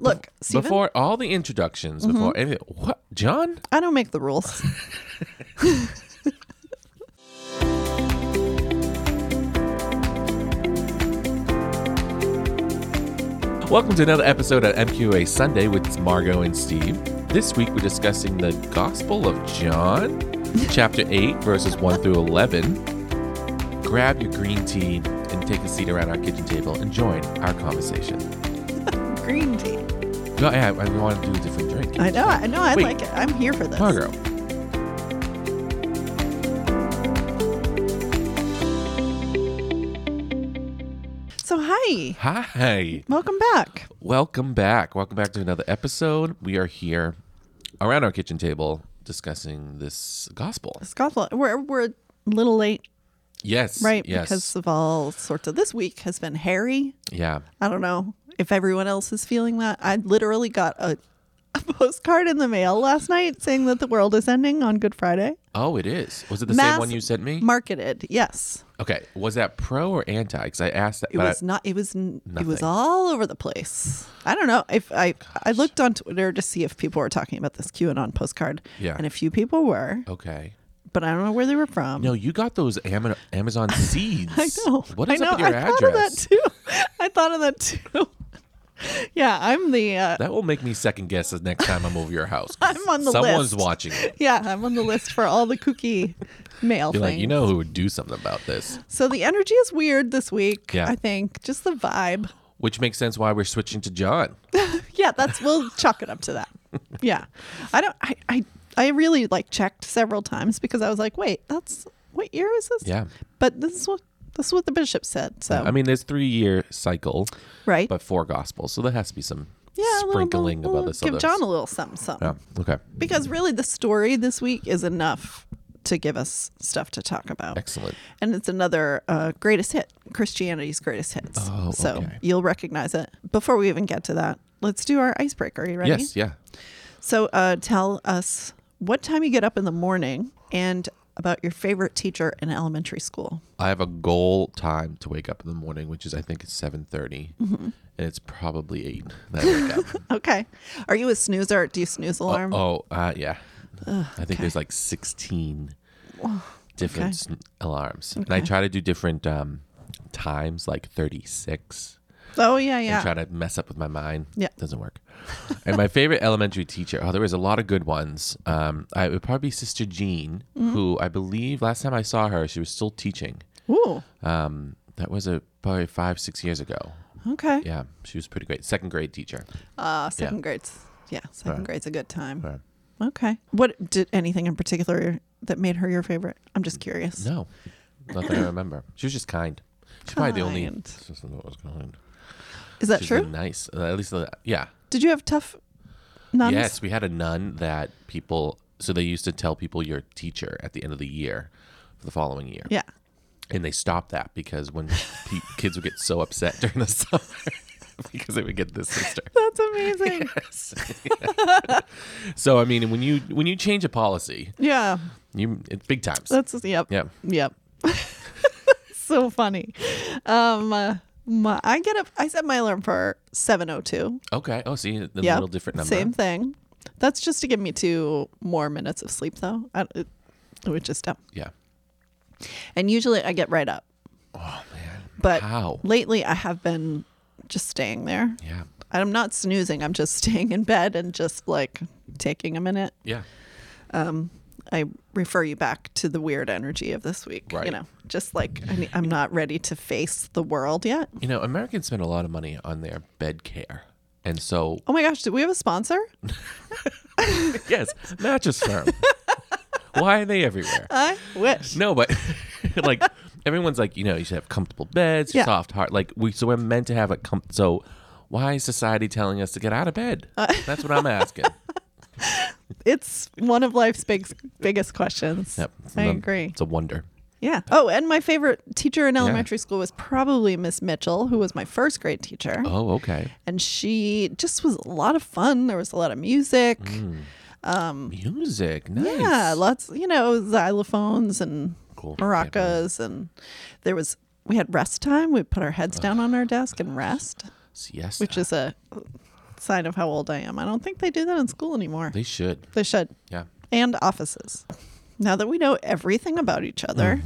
Look, Stephen, Before all the introductions, Mm-hmm. before anything, what John? I don't make the rules. Welcome to another episode of MQA Sunday with Margot and Steve. This week we're discussing the Gospel of John, chapter 8, verses 1 through 11. Grab your green tea and take a seat around our kitchen table and join our conversation. Green tea. No, yeah, I, I want to do a different drink. I know. I know. I Wait. like it. I'm here for this. Margot. So hi, Hi. welcome back. Welcome back. Welcome back to another episode. We are here around our kitchen table discussing this gospel. Scotland. We're we're a little late, Yes. right? Yes. Because of all sorts of this week has been hairy. yeah. I don't know if everyone else is feeling that. I literally got a, a postcard in the mail last night saying that the world is ending on Good Friday. Oh, it is. Was it the Mass same one you sent me? Marketed, yes. okay. Was that pro or anti? Because I asked that. It but I- was not. It was. n- It was Nothing. all over the place. I don't know if I. I looked on Twitter to see if people were talking about this QAnon postcard. Yeah. And a few people were, okay. but I don't know where they were from. No, you got those Ama- Amazon seeds. I know. What is I know. up with your I address? thought of that too. I thought of that too. yeah, I'm the. Uh, That will make me second guess the next time I'm over your house. 'cause I'm on the Someone's list. watching it. yeah, I'm on the list for all the kooky mail You're things. like, you know who would do something about this, So the energy is weird this week. Yeah. I think just the vibe. which makes sense why we're switching to John. yeah, that's we'll chalk it up to that. Yeah, I don't. I, I I really like checked several times because I was like, wait, that's what year is this? Yeah. but this is what this is what the bishop said. So I mean, there's three year cycle, right, but four gospels, so there has to be some yeah, a little- sprinkling little- of other Give others. John a little something, something. Yeah, okay, because really the story this week is enough to give us stuff to talk about. excellent. And it's another uh, greatest hit, Christianity's greatest hits. Oh, so okay. you'll recognize it. Before we even get to that, let's do our icebreaker. Are you ready? Yes, yeah. So uh, tell us what time you get up in the morning and about your favorite teacher in elementary school. I have a goal time to wake up in the morning, which is I think it's seven Mm-hmm. and it's probably eight that I wake up. Okay. Are you a snoozer? Do you snooze alarm? oh, uh, yeah. I think there's like sixteen different s alarms, and I try to do different um, times, like thirty six. Oh, yeah, and yeah. try to mess up with my mind. Yeah. Doesn't work. and my favorite elementary teacher, oh, there was a lot of good ones. Um, I it would probably be Sister Jean, Mm-hmm. who I believe last time I saw her, she was still teaching. Ooh. Um, that was a probably five, six years ago. Okay. Yeah, she was pretty great. Second grade teacher. Uh, second grade's yeah, second Right. grade's a good time. Right. Okay. What did anything in particular that made her your favorite? I'm just curious. No, not that I remember. She was just kind. She's probably the only. Kind. She just was kind. Is that She's true? been nice. Uh, at least, uh, yeah. Did you have tough nuns? Yes, we had a nun that people. So they used to tell people your teacher at the end of the year for the following year. Yeah. And they stopped that because when pe- kids would get so upset during the summer because they would get this sister. That's amazing. So I mean, when you when you change a policy, yeah. you it's big times. That's yep. yeah. Yep. so funny. Um uh, my, I get up I set my alarm for 702. Okay. Oh, see, the Yeah. little different number. Same thing. That's just to give me two more minutes of sleep though. I, it, which is tough. Yeah. And usually I get right up. Oh man. But How? lately I have been just staying there. Yeah. I'm not snoozing. I'm just staying in bed and just like taking a minute. Yeah. I refer you back to the weird energy of this week. You Right. know, just like I ne- I'm not ready to face the world yet. You know, Americans spend a lot of money on their bed care, and so Oh my gosh, do we have a sponsor? yes, mattress firm. Why are they everywhere? I wish. No, but like everyone's like, you know, you should have comfortable beds, Yeah. soft heart. Like we, so we're meant to have a com. So why is society telling us to get out of bed? Uh, That's what I'm asking. It's one of life's big, biggest questions. Yep. I Um, agree. It's a wonder. Yeah. Oh, and my favorite teacher in elementary school was probably Miss Mitchell, who was my first grade teacher. Oh, okay. And she just was a lot of fun. There was a lot of music. Music, Mm. nice. Mm. Yeah, lots, you know, xylophones and Cool. maracas, and there was we had rest time. We put our heads down on our desk and rest, Siesta. which is a sign of how old I am. I don't think they do that in school anymore. They should. They should. Yeah. And offices. Now that we know everything about each other,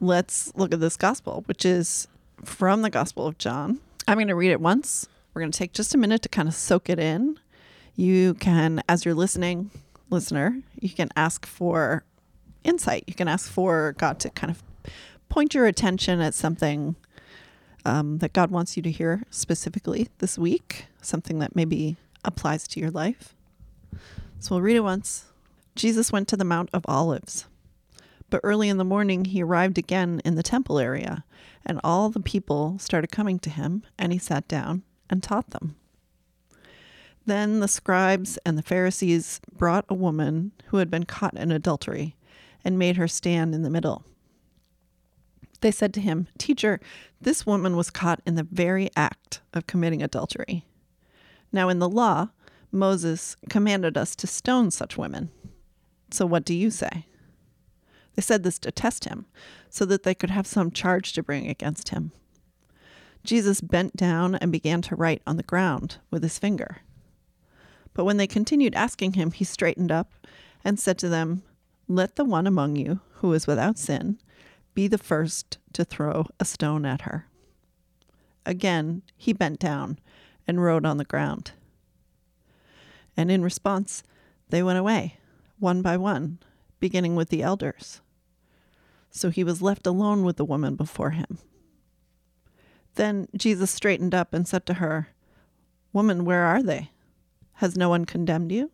let's look at this gospel, which is from the Gospel of John. I'm going to read it once. We're going to take just a minute to kind of soak it in. You can, as you're listening, listener, you can ask for insight. You can ask for God to kind of point your attention at something um, that God wants you to hear specifically this week, something that maybe applies to your life. So we'll read it once. Jesus went to the Mount of Olives. But early in the morning, he arrived again in the temple area, and all the people started coming to him, and he sat down and taught them. Then the scribes and the Pharisees brought a woman who had been caught in adultery and made her stand in the middle. They said to him, Teacher, this woman was caught in the very act of committing adultery. Now, in the law, Moses commanded us to stone such women. So what do you say? They said this to test him, so that they could have some charge to bring against him. Jesus bent down and began to write on the ground with his finger. But when they continued asking him, he straightened up and said to them, Let the one among you who is without sin be the first to throw a stone at her. Again, he bent down and wrote on the ground. And in response, they went away, one by one, beginning with the elders. So he was left alone with the woman before him. Then Jesus straightened up and said to her, Woman, where are they? Has no one condemned you?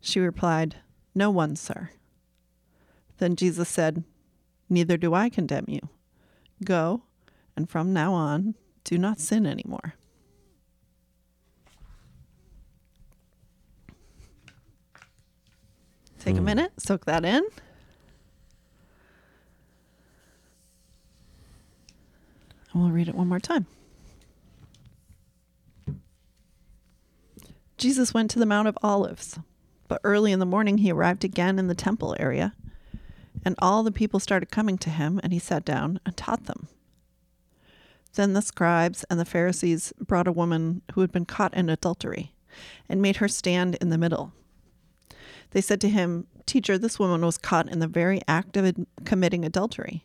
She replied, No one, sir. Then Jesus said, Neither do I condemn you. Go, and from now on, do not sin anymore. Take a minute, soak that in. And we'll read it one more time. Jesus went to the Mount of Olives, but early in the morning he arrived again in the temple area, and all the people started coming to him, and he sat down and taught them. Then the scribes and the Pharisees brought a woman who had been caught in adultery and made her stand in the middle. They said to him, Teacher, this woman was caught in the very act of ad- committing adultery.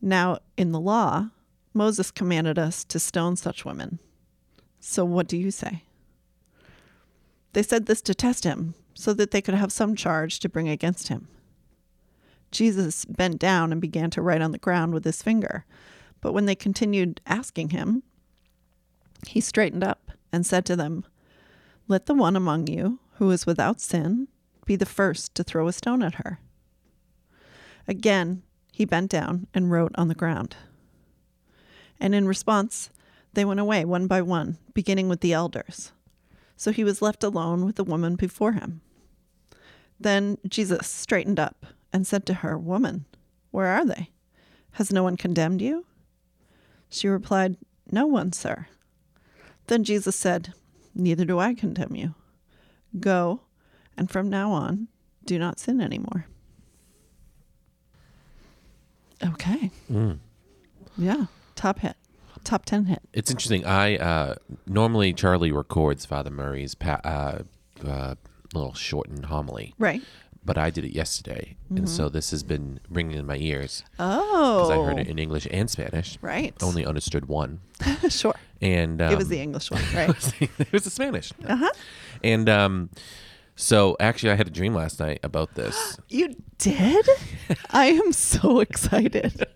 Now, in the law, Moses commanded us to stone such women. So what do you say? They said this to test him, so that they could have some charge to bring against him. Jesus bent down and began to write on the ground with his finger. But when they continued asking him, he straightened up and said to them, Let the one among you who is without sin be the first to throw a stone at her. Again, he bent down and wrote on the ground. And in response, they went away one by one, beginning with the elders. So he was left alone with the woman before him. Then Jesus straightened up and said to her, Woman, where are they? Has no one condemned you? She replied, No one, sir. Then Jesus said, Neither do I condemn you. Go, and from now on, do not sin anymore. Okay. Hmm. Yeah. Top hit. Top 10 hit. It's interesting. I uh, normally Charlie records Father Murray's pa- uh, uh, little shortened homily, Right. but I did it yesterday, Mm-hmm. and so this has been ringing in my ears Oh. because I heard it in English and Spanish. Right. Only understood one, sure. and um, it was the English one, right? it was the Spanish. Uh-huh. And um, so actually, I had a dream last night about this. you did? I am so excited.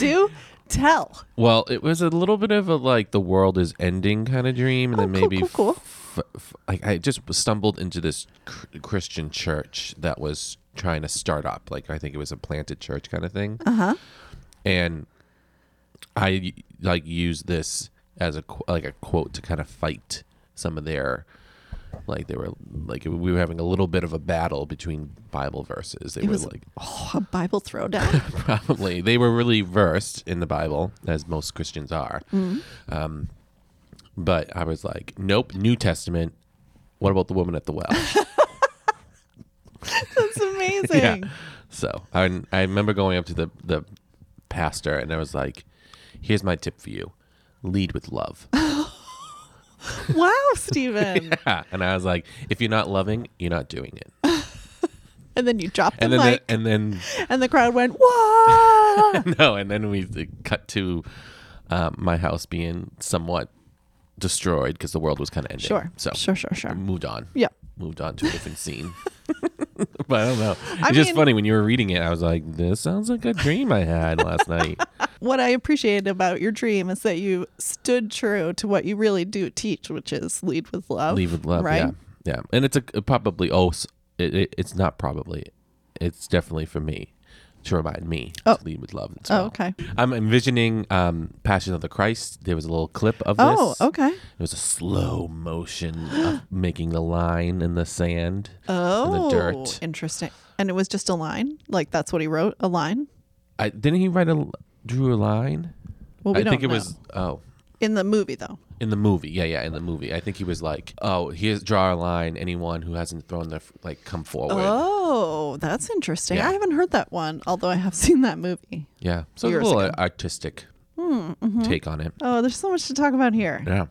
Do tell. Well, it was a little bit of a like the world is ending kind of dream, and Oh, then cool, maybe cool, cool. f- f- like I just stumbled into this cr- Christian church that was trying to start up. Like I think it was a planted church kind of thing, Uh huh. and I like used this as a qu- like a quote to kind of fight some of their like they were like we were having a little bit of a battle between Bible verses. They It were was like oh, a Bible throwdown. probably they were really versed in the bible as most christians are Mm-hmm. um, but i was like nope new testament what about the woman at the well That's yeah amazing. so I, I remember going up to the, the pastor and i was like here's my tip for you lead with love wow, Stephen. Yeah. And I was like, if you're not loving, you're not doing it. And then you dropped the And then, mic, the, and then, and the crowd went, "Whoa!" no, and then we cut to uh, my house being somewhat destroyed because the world was kind of ending. sure. So Mm. Sure. Sure. Sure. moved on. Yeah. Moved on to a different scene. but I don't know. It's I just mean- funny when you were reading it. I was like, this sounds like a dream I had last night. What I appreciate about your dream is that you stood true to what you really do teach, which is lead with love. Leave with love. Right. Yeah. Yeah. And it's a, a probably, oh, s- it, it, it's not probably. It's definitely for me to remind me Oh. to lead with love. As Oh, well. okay. I'm envisioning um, Passion of the Christ. There was a little clip of Oh, this. okay. It was a slow motion of making the line in the sand. Oh, dirt. interesting. And it was just a line. Like that's what he wrote, a line. I, didn't he write a l- drew a line? Well, we I don't think it know. was oh in the movie though. in the movie. Yeah, yeah, in the movie. I think he was like, oh, here's draw a line. Anyone who hasn't thrown their f- like come forward. Oh, that's interesting. Yeah. I haven't heard that one, although I have seen that movie. Yeah, so it's a Years little ago. artistic take on it. Oh, there's so much to talk about here. Yeah.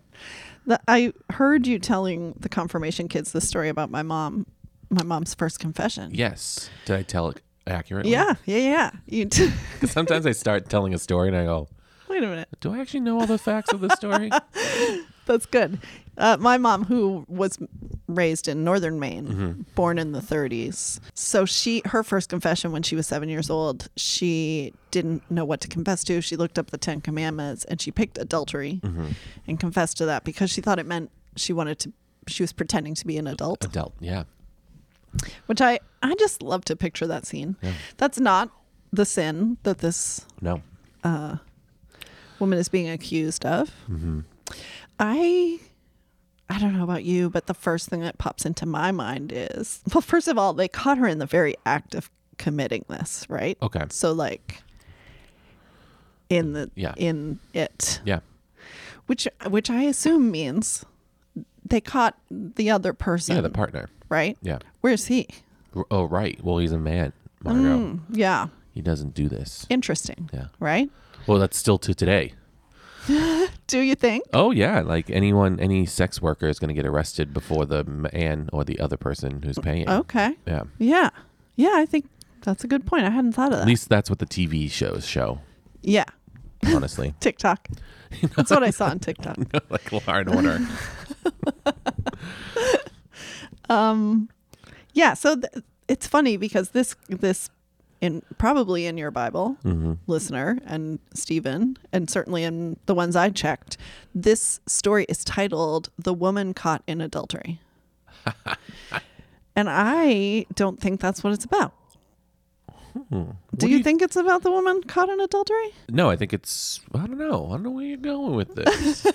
The, I heard you telling the confirmation kids this story about my mom, my mom's first confession. Yes. Did I tell it accurately? yeah, yeah, yeah. You t- 'Cause sometimes I start telling a story and I go, Wait a minute. do I actually know all the facts of the story? That's good. Uh, my mom, who was raised in northern Maine, born in the 30s, so she her first confession when she was seven years old, she didn't know what to confess to. She looked up the Ten Commandments and she picked adultery and confessed to that because she thought it meant she wanted to. She was pretending to be an adult, Adult. Yeah. which I I just love to picture that scene. That's not the sin that this No. woman is being accused of. Mm-hmm. I I don't know about you, but the first thing that pops into my mind is well, first of all, they caught her in the very act of committing this, right? Okay. So like in the Yeah. in it, Yeah. which which I assume means they caught the other person, Yeah, the partner. right? Yeah. Where's he? Mm, R- Oh, right. Well, he's a man, Margo. Hmm. Yeah, He doesn't do this. interesting. Yeah. Right? Well, that's still to today. Do you think? Oh yeah, like anyone, any sex worker is going to get arrested before the man or the other person who's paying. Okay. Yeah. Yeah. Yeah, I think that's a good point. I hadn't thought of that. At least that's what the TV shows show. yeah. Honestly, TikTok. That's what I saw on TikTok. like Law and Order. Yeah, so th- it's funny because this this in probably in your Bible, listener and Stephen, and certainly in the ones I checked, this story is titled "The Woman Caught in Adultery," and I don't think that's what it's about. Hmm. Do do you you- think it's about the woman caught in adultery? No, I think it's. I don't know. I don't know where you're going with this.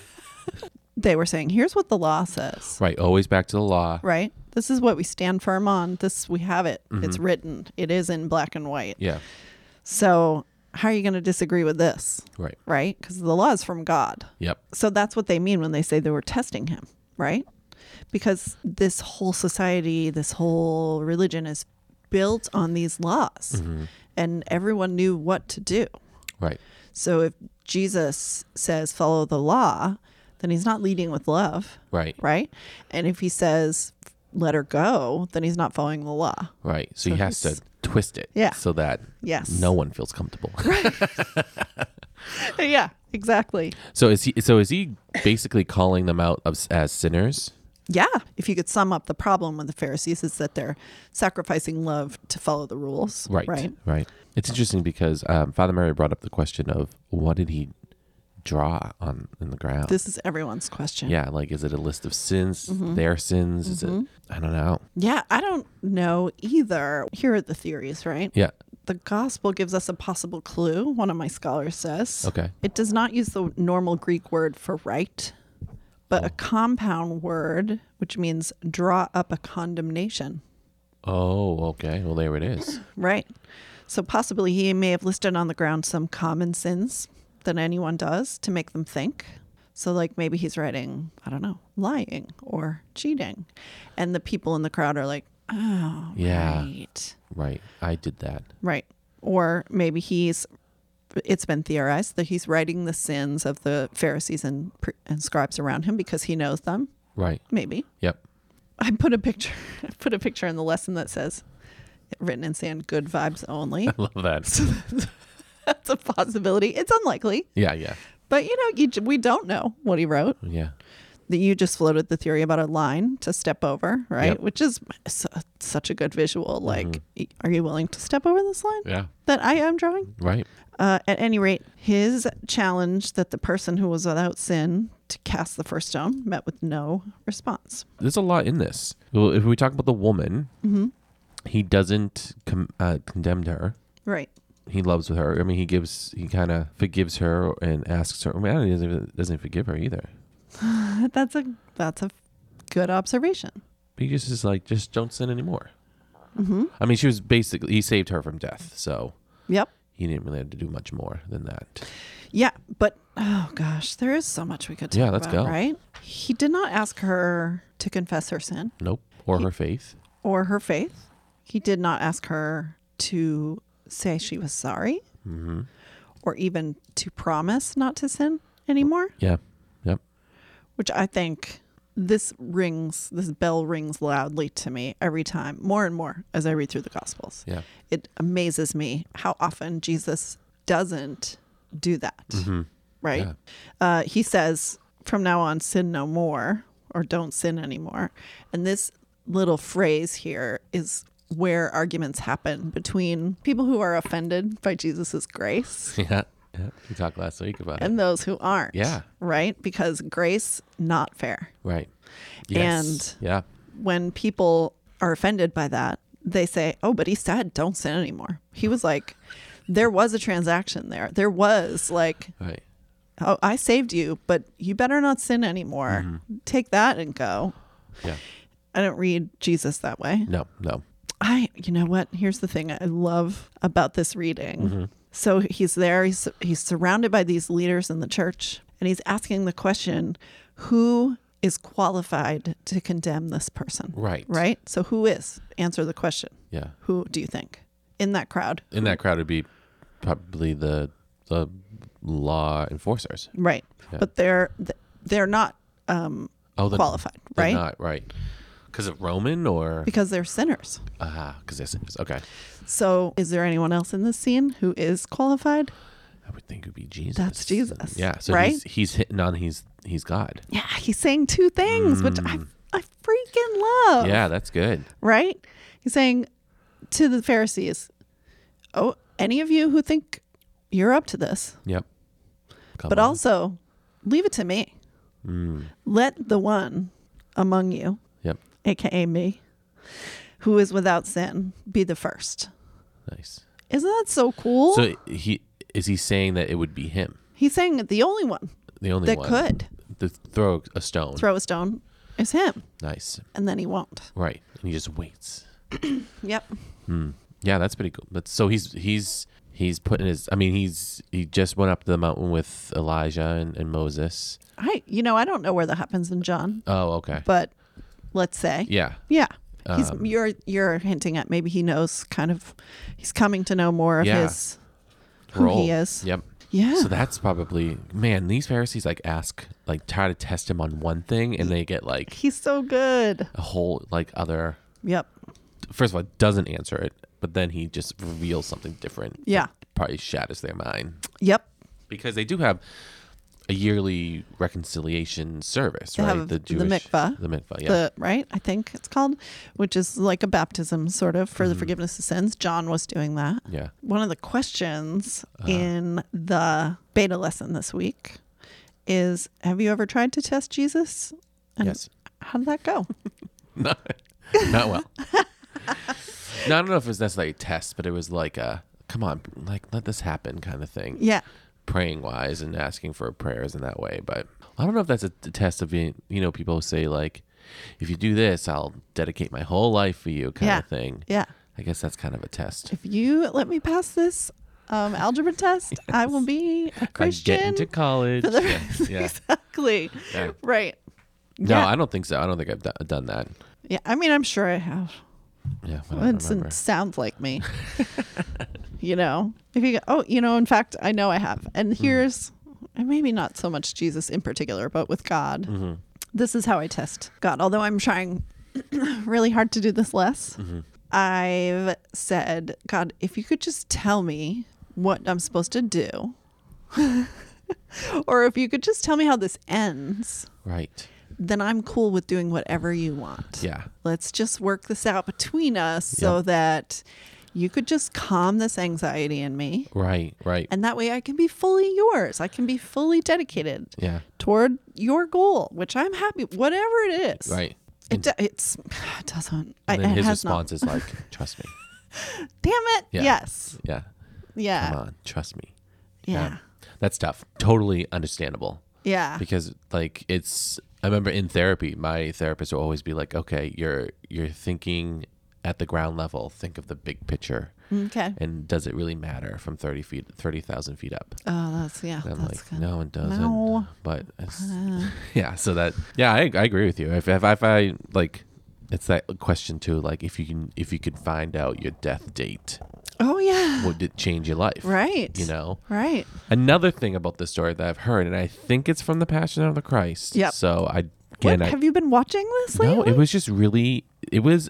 They were saying, "Here's what the law says." right. Always back to the law. Right. This is what we stand firm on. This we have it. It's written. It is in black and white. Yeah. So, how are you going to disagree with this? Right. Right? Because the law is from God. Yep. So, that's what they mean when they say they were testing him, right? Because this whole society, this whole religion is built on these laws, and everyone knew what to do. Right. So, if Jesus says, follow the law, then he's not leading with love, Right. right? And if he says, let her go, then he's not following the law. Right. So, he has he's- to twist it. Yeah. So that Yes. no one feels comfortable. yeah, exactly. so is he? So is he basically calling them out of, as sinners? Yeah. If you could sum up the problem with the Pharisees is that they're sacrificing love to follow the rules. Right. Right. Right. It's interesting because um, Father Mary brought up the question of what did he draw on in the ground? This Mm-hmm. is everyone's question. yeah, like is it a list of sins, their sins? Is it? Mm-hmm. I don't know. Yeah, I don't know either. Here are the theories, right? Yeah. The gospel gives us a possible clue, one of my scholars says. Okay. It does not use the normal Greek word for right, but a compound word, which means draw up a condemnation. Oh, okay. Well, there it is. Right. So possibly he may have listed on the ground some common sins that anyone does to make them think. So, like, maybe he's writing, I don't know, lying or cheating. And the people in the crowd are like, oh, Yeah. right. Right. I did that. Right. Or maybe he's it's been theorized that he's writing the sins of the Pharisees and, pre- and scribes around him because he knows them. Right. Maybe Yep. I put a picture. I put a picture in the lesson that says, "Written in sand, good vibes only." Love that. so that's, that's a possibility. It's unlikely, Yeah. Yeah. but you know, you, j- we don't know what he wrote. Yeah. That you just floated the theory about a line to step over, right? Yep. Mm-hmm. Which is su- such a good visual. Like, y- are you willing to step over this line Yeah. that I am drawing? Right. Uh, at any rate, his challenge that the person who was without sin to cast the first stone met with no response. There's a lot in this. Well, if we talk about the woman, Mm-hmm. he doesn't com- uh, condemn her. Right. He loves with her. I mean, he gives, he kind of forgives her and asks her. I mean, he doesn't, even- doesn't forgive her either. That's a that's a good observation. Mm-hmm. He just is like, just don't sin anymore. I mean, she was basically, he saved her from death. So Yep. he didn't really have to do much more than that. Yeah, but oh gosh, there is so much we could talk Yeah, let's about, go. right? He did not ask her to confess her sin Nope. Or her faith. or her faith. He did not ask her to say she was sorry Mm-hmm. or even to promise not to sin anymore, Yeah. Yep. which I think this rings, this bell rings loudly to me every time, more and more as I read through the Gospels. Yeah. it amazes me how often Jesus doesn't do that. Right? Mm-hmm. Yeah. Uh, he says, from now on, sin no more or don't sin anymore. And this little phrase here is where arguments happen between people who are offended by Jesus' grace Yeah. yeah. We talked last week about it. and those who aren't. Yeah. Right? Because grace, not fair. Right. Yes. yeah. when people are offended by that, they say, "Oh, but he said don't sin anymore." He was like, "There was a transaction there. There was like, Right. oh, I saved you, but you better not sin anymore. Take that and go." Yeah. I don't read Jesus that way. No. No. I, you know what? Here's the thing I love about this reading. So he's there. He's he's surrounded by these leaders in the church, and he's asking the question, "Who is qualified to condemn this person?" Right. Right? So who is? Answer the question. Yeah. Who do you think in that crowd? In that crowd would be probably the the law enforcers. Right. Yeah. But they're they're not um, Oh, the, qualified, they're right? Not right. Because of Roman or Because they're sinners. ah, because this is okay. So is there anyone else in this scene who is qualified? I would think it would be Jesus. That's Jesus, Yeah. So right? he's he's hitting on he's he's God. Yeah, he's saying two things, which I I freaking love. Mm. Yeah, that's good. Right? He's saying to the Pharisees, "Oh, any of you who think you're up to this, Yep. Come but on. Mm. also leave it to me. Let the one among you Yep. aka me, who is without sin, be the first. Nice. Isn't that so cool? So he is he saying that it would be him, He's saying that the only one the only that one could to throw a stone. throw a stone is him, Nice. and then he won't. Right. And he just waits. Hmm. Yep. Yeah, that's pretty cool. That's so he's he's he's putting his. I mean, he's he just went up to the mountain with Elijah and, and Moses. I, you know, I don't know where that happens in John, Oh, okay. but let's say, yeah, Um, yeah. He's you're you're hinting at maybe he knows kind of he's coming to know more of Yeah. his who roll. he is. Yep. Yeah. So that's probably man. These Pharisees like ask like try to test him on one thing, and they get like he's so good. a whole like other. Yep. First of all, doesn't answer it, but then he just reveals something different. Yeah. probably shatters their mind Yep. because they do have a yearly reconciliation service, They right? have the mikvah. the mikvah, yeah, the right i think it's called which is like a baptism sort of Mm-hmm. for the forgiveness of sins john was doing that yeah. one of the questions Uh-huh. in the beta lesson this week is have you ever tried to test jesus and Yes. how did that go not, not well. no, I don't know if it was necessarily a test, but it was like a come on, like let this happen kind of thing. yeah Praying wise and asking for prayers in that way. But I don't know if that's a, t- test of being, you know, people say like, if you do this, I'll dedicate my whole life for you kind Yeah. of thing. yeah I guess that's kind of a test. if you let me pass this um, algebra test i will be a I get christian into college. for the Yeah, rest- yeah. exactly Yeah. right No, yeah. I don't think so. I don't think I've d- done that. yeah i mean i'm sure i have Yeah, but I don't It remember. sounds like me. you know if you go, oh you know in fact i know i have and Mm. here's and maybe not so much jesus in particular but with god Mm-hmm. this is how i test god although i'm trying really hard to do this less Mm-hmm. i've said god if you could just tell me what i'm supposed to do or if you could just tell me how this ends Right. then i'm cool with doing whatever you want Yeah. let's just work this out between us so that you could just calm this anxiety in me. Right. Right. And that way I can be fully yours. I can be fully dedicated yeah. toward your goal, which I'm happy, whatever it is. Right. It, do- it's, it doesn't. I, And then it his has response not. is like, "Trust me." Damn it. Yeah. Yes. Yeah. Yeah. Come on. Trust me. Yeah. That's tough. Totally understandable. Yeah. because like it's i remember in therapy my therapist will always be like okay you're you're thinking at the ground level think of the big picture Okay. and does it really matter from 30 feet 30000 feet up Oh, that's, yeah. and i'm that's like good. no it doesn't No. but it's, yeah so that yeah i, I agree with you if, if, if i like it's that question too like if you can if you could find out your death date Oh, yeah. would it change your life Right. you know Right. Another thing about this story that I've heard, and I think it's from the Passion of the Christ. Yep. So I What, again, I, have you been watching this no, lately? it was just really, it was.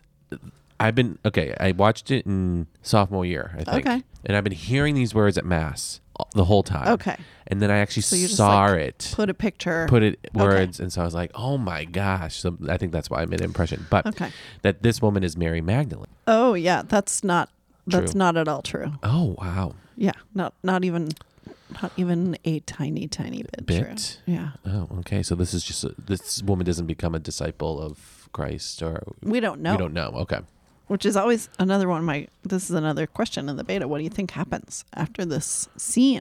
I've been okay. I watched it in sophomore year, I think, Okay. and I've been hearing these words at mass the whole time. Okay. and then I actually you just, saw like, it, put, Put a picture. it words, and so I was like, oh my gosh! So I think that's why I made an impression. But Okay. that this woman is Mary Magdalene. Oh yeah, that's not that's True. not at all true. Oh wow! Yeah, not not even not even a tiny tiny bit, Bit? true. Yeah. Oh okay. So this is just a, this woman doesn't become a disciple of Christ or We don't know. We don't know. Okay. Which is always another one of my this is another question in the beta. What do you think happens after this scene?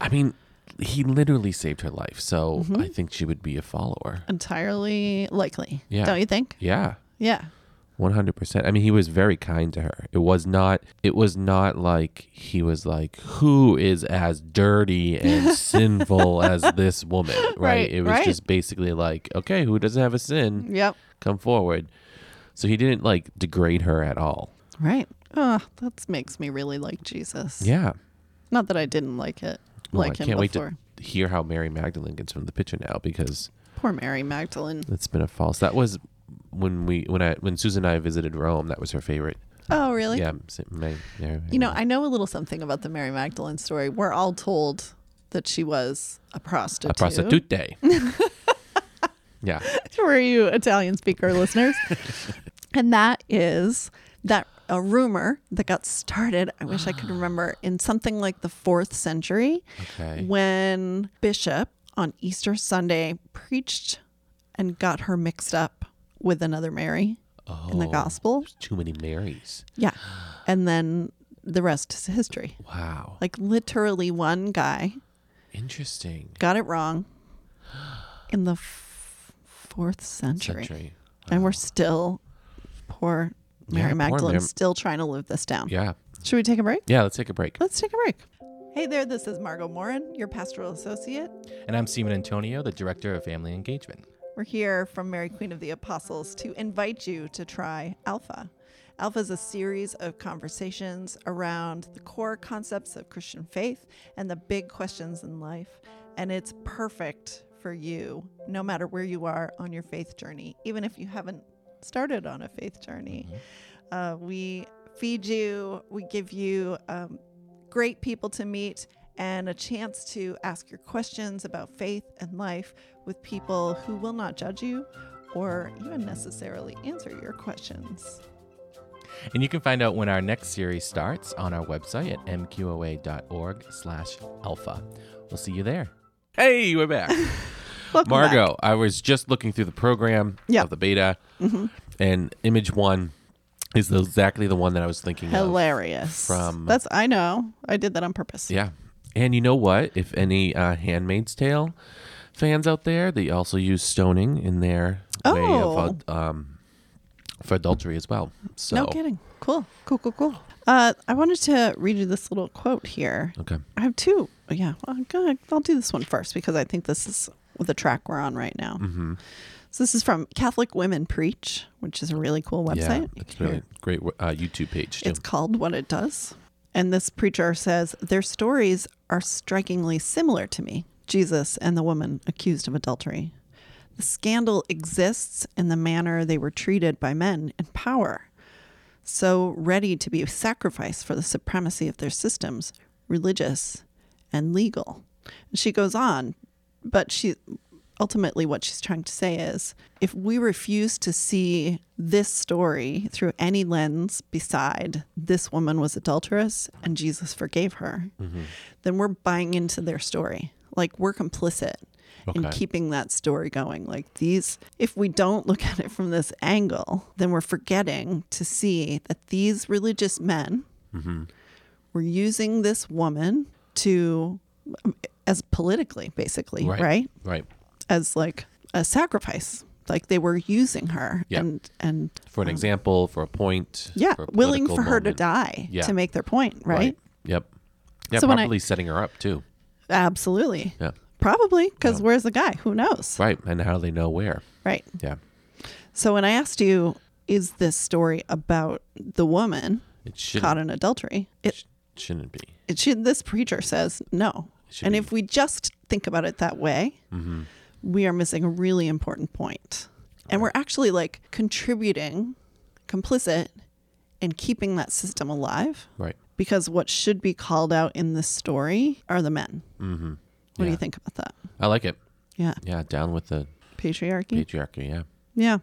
I mean, he literally saved her life, so I think she would be a follower. Entirely likely. Yeah. Don't you think? Yeah. Yeah. One hundred percent. I mean, he was very kind to her. It was not. It was not like he was like, "Who is as dirty and sinful as this woman?" Right. Right, It was right. Mm. just basically like, "Okay, who doesn't have a sin, Yep. come forward." So he didn't like degrade her at all. Right. Oh, that makes me really like Jesus. Yeah. Not that I didn't like it. Well, like I him can't wait before. to hear how Mary Magdalene gets from the picture now because Poor Mary Magdalene. That's been a false. That was when we when I when Susan and I visited Rome. That was her favorite. Oh really? yeah, s- May, Mary- You know, I know a little something about the Mary Magdalene story. We're all told that she was a prostitute. a prostitute day. yeah, Were you Italian speaker listeners? and that is that a rumor that got started, I wish I could remember, in something like the fourth century Okay. when Bishop on Easter Sunday preached and got her mixed up with another Mary in the Oh. gospel. too many Marys. Yeah. And then the rest is history. Wow, Like literally one guy interesting. got it wrong in the f- fourth century. Century. Oh. And we're still poor Mary Yeah, poor Magdalene Mar- still trying to live this down. Yeah, Should we take a break? yeah. Let's take a break. Let's take a break. Hey there, this is Margot Morin, your pastoral associate. And I'm Stephen Antonio, the Director of Family Engagement. We're here from Mary Queen of the Apostles to invite you to try Alpha. Alpha is a series of conversations around the core concepts of Christian faith and the big questions in life. And it's perfect for you, no matter where you are on your faith journey, even if you haven't started on a faith journey. Uh, we feed you, we give you um, great people to meet, and a chance to ask your questions about faith and life with people who will not judge you or even necessarily answer your questions. And you can find out when our next series starts on our website at mqoa.org slash alpha. We'll see you there. Hey, we're back. Welcome back. Margot, I was just looking through the program Yeah. Mm-hmm. of the beta, and image one is exactly the one that I was thinking of. Hilarious. From- That's I know. I did that on purpose. Yeah. And you know what? If any uh, Handmaid's Tale fans out there, they also use stoning in their way of uh, um, for adultery as well. So Oh. No kidding. Cool. Cool, cool, cool. Uh, I wanted to read you this little quote here. Okay. I have two. Yeah. Well, good. I'll do this one first because I think this is the track we're on right now. Mm-hmm. So this is from Catholic Women Preach, which is a really cool Yeah, website. You it's can hear- really great uh, YouTube page. Too. It's called What It Does. And this preacher says, Their stories are strikingly similar to me Jesus and the woman accused of adultery. The scandal exists in the manner they were treated by men in power. So ready to be sacrificed for the supremacy of their systems, religious and legal. And she goes on, but she ultimately what she's trying to say is if we refuse to see this story through any lens beside this woman was adulterous and Jesus forgave her, then we're buying into their story. Like we're complicit in Okay. keeping that story going. Like these, if we don't look at it from this angle, then we're forgetting to see that these religious men Mm-hmm. were using this woman to, um, as politically, basically, Right. right? Right. as like a sacrifice. Like they were using her Yeah. and and For an example, for a point. yeah, a willing for political her to moment. die Yeah. to make their point, right? Yep. Yeah, So when I- probably setting her up too. Absolutely. Yeah. Probably because where's the guy? Who knows? Right. And how do they know where? Right. Yeah. So when I asked you, is this story about the woman It shouldn't caught in adultery? It, sh- shouldn't be. it should, this preacher says no. should And be- if we just think about it that way, Mm-hmm. we are missing a really important point. And we're actually like contributing, complicit in keeping that system alive Right. because what should be called out in this story are the men. Mm-hmm. What do Yeah. you think about that? I like it. Yeah. Yeah, down with the Patriarchy? patriarchy, yeah. yeah.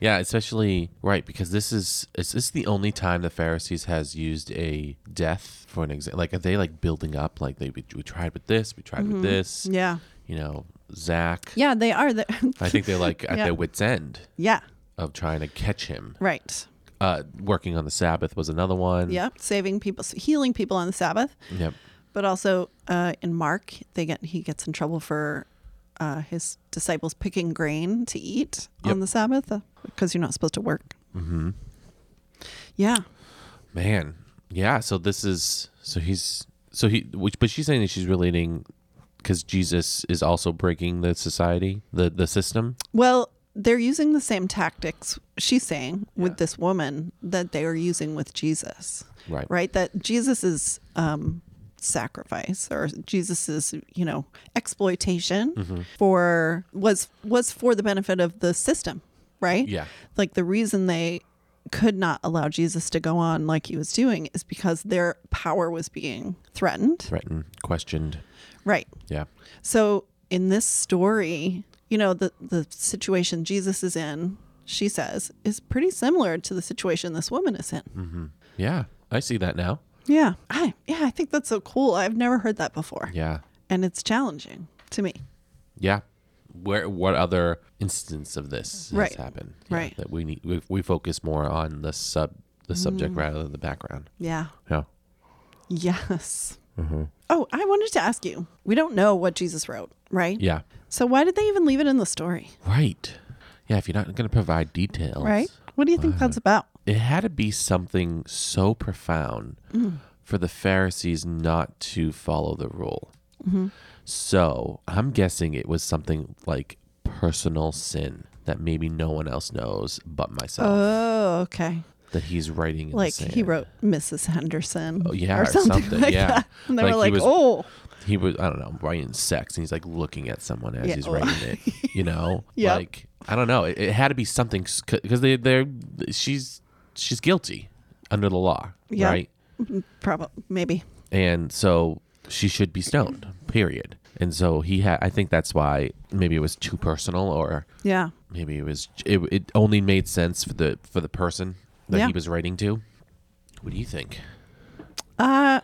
Yeah, especially right because this is is this the only time the Pharisees has used a death for an example? Like are they like building up like they we, we tried with this, we tried with this, Mm-hmm. Yeah. you know, Zach. Yeah, they are. The- I think they're like at Yeah. their wits end yeah. of trying to catch him. Right. Uh, working on the Sabbath was another one. Yeah. Saving people, healing people on the Sabbath. Yep. But also uh, in Mark, they get he gets in trouble for uh, his disciples picking grain to eat Yep. on the Sabbath because you're not supposed to work. Mm-hmm. Yeah, Man. Yeah. So this is so he's so he which but she's saying that she's relating because Jesus is also breaking the society, the the system. Well, they're using the same tactics, she's saying, with this woman that they are using with Jesus, Right. right? That Jesus' um, sacrifice or Jesus's, you know, exploitation for was was for the benefit of the system, right? Yeah. Like the reason they could not allow Jesus to go on like he was doing is because their power was being threatened. Threatened, questioned. right. Yeah. So in this story, you know, the the situation Jesus is in, she says, is pretty similar to the situation this woman is in. Yeah. I see that now. Yeah. I yeah, I think that's so cool. I've never heard that before. Yeah. And it's challenging to me. Yeah. Where what other instance of this has Right. happened? Yeah, Right. That we need we, we focus more on the sub the Mm. subject rather than the background. Yeah. Yeah. Mm-hmm. Yes. Oh, I wanted to ask you. We don't know what Jesus wrote, right? Yeah. So why did they even leave it in the story? Right. Yeah, if you're not gonna provide details. Right? What do you Uh, think that's about? It had to be something so profound Mm-hmm. for the Pharisees not to follow the rule. Mm-hmm. So I'm guessing it was something like personal sin that maybe no one else knows but myself Oh, okay. that he's writing in the Like he sand. wrote Mrs. Henderson. Oh, yeah, or or something, something, like yeah. that. And they were Like, like, he was- oh, he was I don't know writing sex and he's like looking at someone as Yeah, he's oh. writing it you know Yep. like I don't know it, it had to be something because they they're she's she's guilty under the law Yeah. right probably, maybe. and so she should be stoned period and so he had I think that's why maybe it was too personal or Yeah. maybe it was it, it only made sense for the for the person that Yeah. he was writing to what do you think Uh,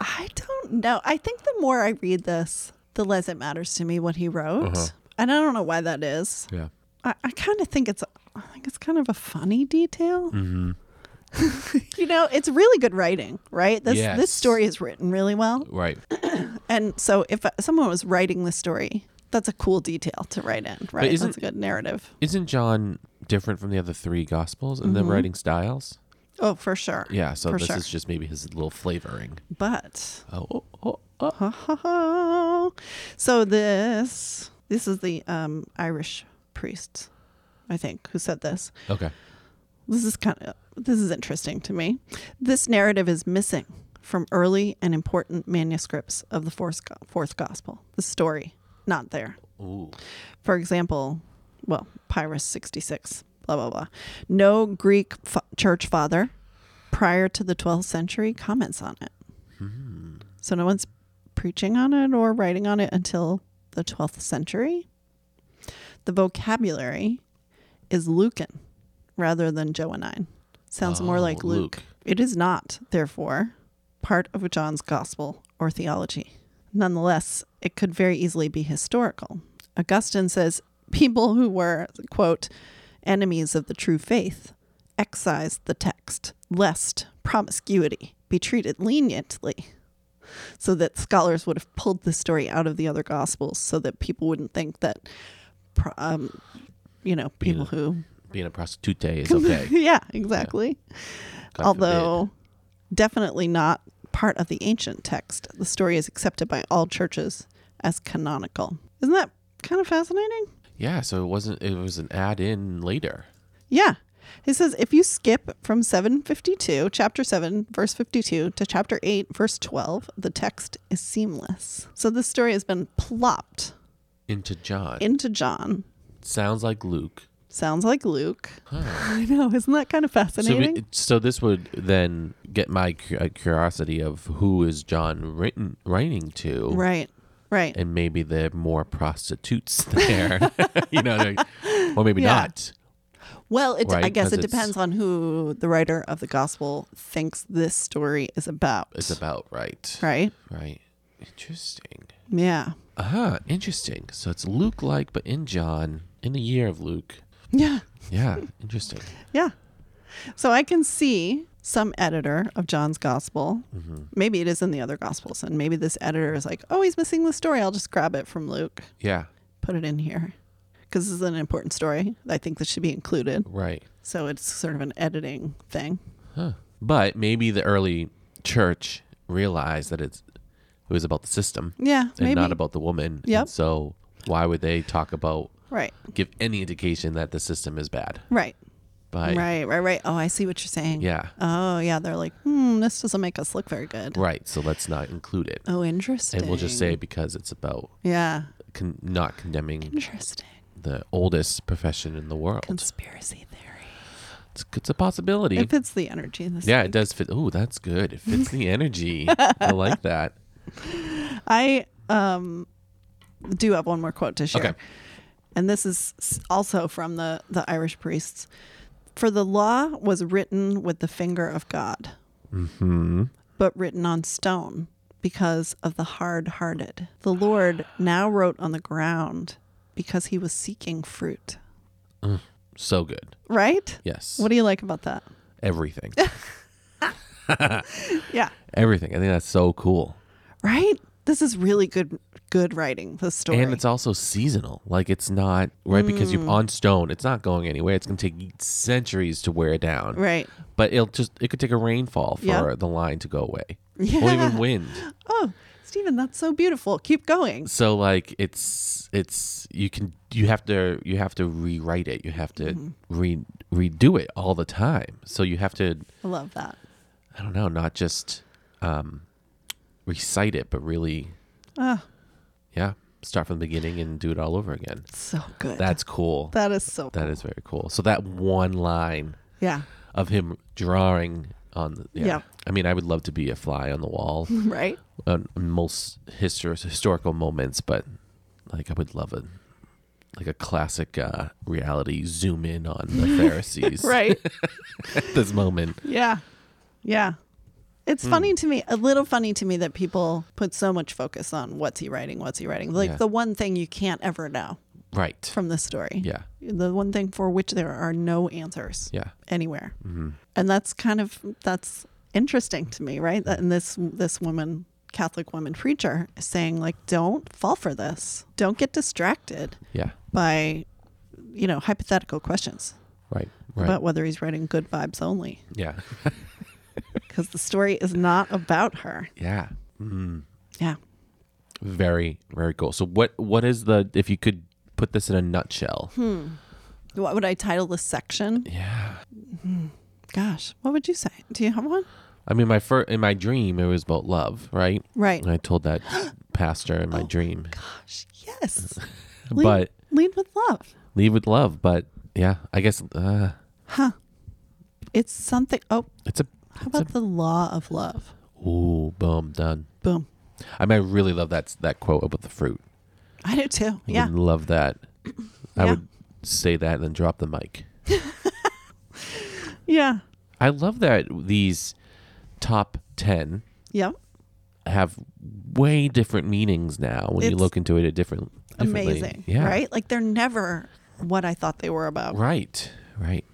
I don't know. I think the more I read this, the less it matters to me what he wrote, Uh-huh. and I don't know why that is. yeah I, I kind of think it's I think it's kind of a funny detail. you know, it's really good writing, right? This Mm-hmm. Yes. this story is written really well, right and so if uh, someone was writing this story, that's a cool detail to write in, right? isn't- that's a good narrative. isn't John different from the other three gospels and their writing styles Oh, for sure. Yeah, so Mm-hmm. for this sure. is just maybe his little flavoring. but Oh, oh, oh, oh. So this this is the um, Irish priest, I think, who said this. okay. This is kind of this is interesting to me. This narrative is missing from early and important manuscripts of the fourth, go- fourth gospel. The story, not there. Ooh. For example, well, Pyrrhus 66, blah, blah, blah. No Greek fa- church father prior to the 12th century comments on it. So no one's preaching on it or writing on it until the 12th century. The vocabulary is Lucan rather than Joannine. Sounds more Oh, like Luke. Luke. It is not, therefore, part of John's gospel or theology. Nonetheless, it could very easily be historical. Augustine says people who were, quote, enemies of the true faith excised the text, lest promiscuity be treated leniently, so that scholars would have pulled this story out of the other gospels so that people wouldn't think that, pro- um, you know, people who. Being a prostitute is okay. yeah, exactly. God Although definitely not part of the ancient text, the story is accepted by all churches as canonical. Isn't that kind of fascinating? forbid. Yeah, so it wasn't. It was an add in later. Yeah. It says if you skip from 752, chapter 7, verse 52, to chapter 8, verse 12, the text is seamless. So this story has been plopped Into John. into John. Sounds like Luke. Sounds like Luke. I know. Isn't that kind of So, fascinating? we, so this would then get my cu- uh, curiosity of who is John written, writing to, right. Right. and maybe there are more prostitutes there, you know, like- or maybe Yeah. not. Well, it, I Right, guess 'cause it it's- depends on who the writer of the gospel thinks this story is about. It's about right, right? right. Interesting. Yeah. Ah, interesting. So it's Luke-like, but in John, in the year of Luke. Yeah. Yeah, interesting. Yeah. So I can see some editor of John's gospel. Mm-hmm. Maybe it is in the other gospels, and maybe this editor is like, oh, he's missing the story. I'll just grab it from Luke, Yeah, put it in here. Because this is an important story. I think this should be included. right. So it's sort of an editing thing. But maybe the early church realized that it's it was about the system. Yeah. and maybe. not about the woman. And Yep. so why would they talk about right. give any indication that the system is bad? Right. By Right. Right. Right. Oh, I see what you're saying. yeah, Oh, yeah. They're like, hmm, this doesn't make us look very good. right. So let's not include it, Oh, interesting. and we'll just say because it's about yeah, con- not condemning interesting. the oldest profession in the world. Conspiracy theory. it's, it's a possibility. If it's the energy in this. yeah, it does fit. Oh, that's good. It fits the energy. I like that. I um do have one more quote to share. Okay. And this is s- also from the the Irish priests. For the law was written with the finger of God, Mm-hmm. but written on stone because of the hard hearted. The Lord now wrote on the ground because he was seeking fruit. So good. Right? Yes. What do you like about that? Everything. Yeah. Everything. I think that's so cool. Right? This is really good good writing, the story. And it's also seasonal. Like it's not right because Mm. you're on stone. It's not going anywhere. It's gonna take centuries to wear down. right. But it'll just it could take a rainfall for Yeah. the line to go away. Or even Yeah. wind. Oh, Stephen, that's so beautiful. Keep going. So like it's it's you can you have to you have to rewrite it. You have to Mm-hmm. re redo it all the time. So you have to I love that. I don't know, not just um recite it, but really Ah. yeah, start from the beginning and do it all over again. So good. That's cool. that is so That is very cool. So that one line Yeah. of him drawing on the yeah. Yeah. Mm-hmm. I mean, I would love to be a fly on the wall Right? on most histor- historical moments, but like I would love a like a classic uh, reality zoom in on the Pharisees Right. at this moment. yeah. Yeah. Hmm. It's funny to me, a little funny to me that people put so much focus on what's he writing, what's he writing. Like Yeah. the one thing you can't ever know Right. from this story. Yeah. The one thing for which there are no answers. Yeah. Mm-hmm. anywhere and that's kind of that's interesting to me right that, and this this woman catholic woman preacher is saying like don't fall for this don't get distracted Yeah. by you know hypothetical questions Right. Right. about whether he's writing good vibes only yeah. because the story is not about her yeah. yeah Very very cool. So what what is the if you could put this in a nutshell? Hmm. what would i title this section Yeah. gosh what would you say do you have one I mean, my first in my dream, it was about love, right? Right. And I told that pastor Oh in my dream, Gosh, yes. Lead, but lead with love. leave with love. But yeah, I guess uh, It's something. Oh, it's a. how about the law of love? Ooh, boom, done. Boom. I mean, I really love that that quote about the fruit. I do too. I Yeah. would love that. I Yeah. would say that and then drop the mic. Yeah. I love that these top ten Yep. have way different meanings now when you It's look into it at different. differently. Amazing. Yeah. Right? Like they're never what I thought they were about. Right. Right.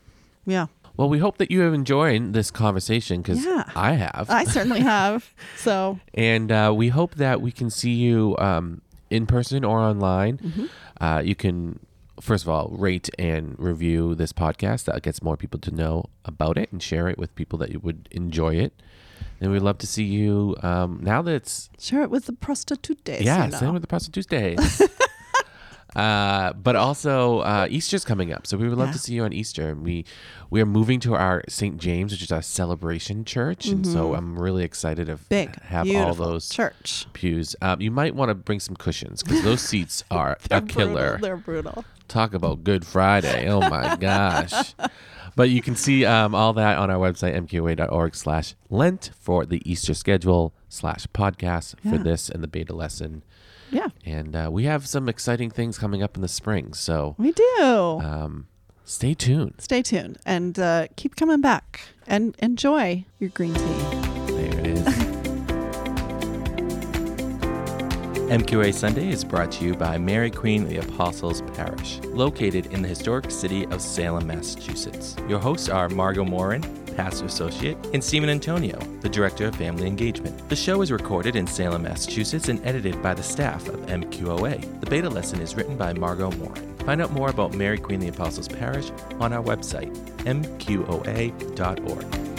Yeah. Well, we hope that you have enjoyed this conversation because Yeah. I have. I certainly have. So, and uh, we hope that we can see you um, in person or online. Mm-hmm. Uh, you can, first of all, rate and review this podcast. That gets more people to know about it and share it with people that would enjoy it. And we'd love to see you um, now that it's share it with the prostitute days. yeah, you know. same with the Pasta Tuesdays. uh, but also uh, Easter's coming up, so we would love Yeah. to see you on Easter. And we we are moving to our St. James, which is our celebration church, and so I'm really excited to Mm-hmm. Big, have all beautiful those church. pews. Um, you might want to bring some cushions because those seats are a killer. Brutal. They're brutal. Talk about Good Friday. Oh my gosh. But you can see um, all that on our website, mqa.org slash Lent for the Easter schedule slash podcast for Yeah. this and the beta lesson. Yeah, And uh, we have some exciting things coming up in the spring. So we do. um, stay tuned. Stay tuned and uh, keep coming back and enjoy your green tea. There it is. MQA Sunday is brought to you by Mary Queen of the Apostles Parish, located in the historic city of Salem, Massachusetts. Your hosts are Margot Morin, pastor associate, and Stephen Antonio, the director of family engagement. The show is recorded in Salem, Massachusetts, and edited by the staff of MQOA. The beta lesson is written by Margot Morin. Find out more about Mary Queen of the Apostles Parish on our website, mqoa.org.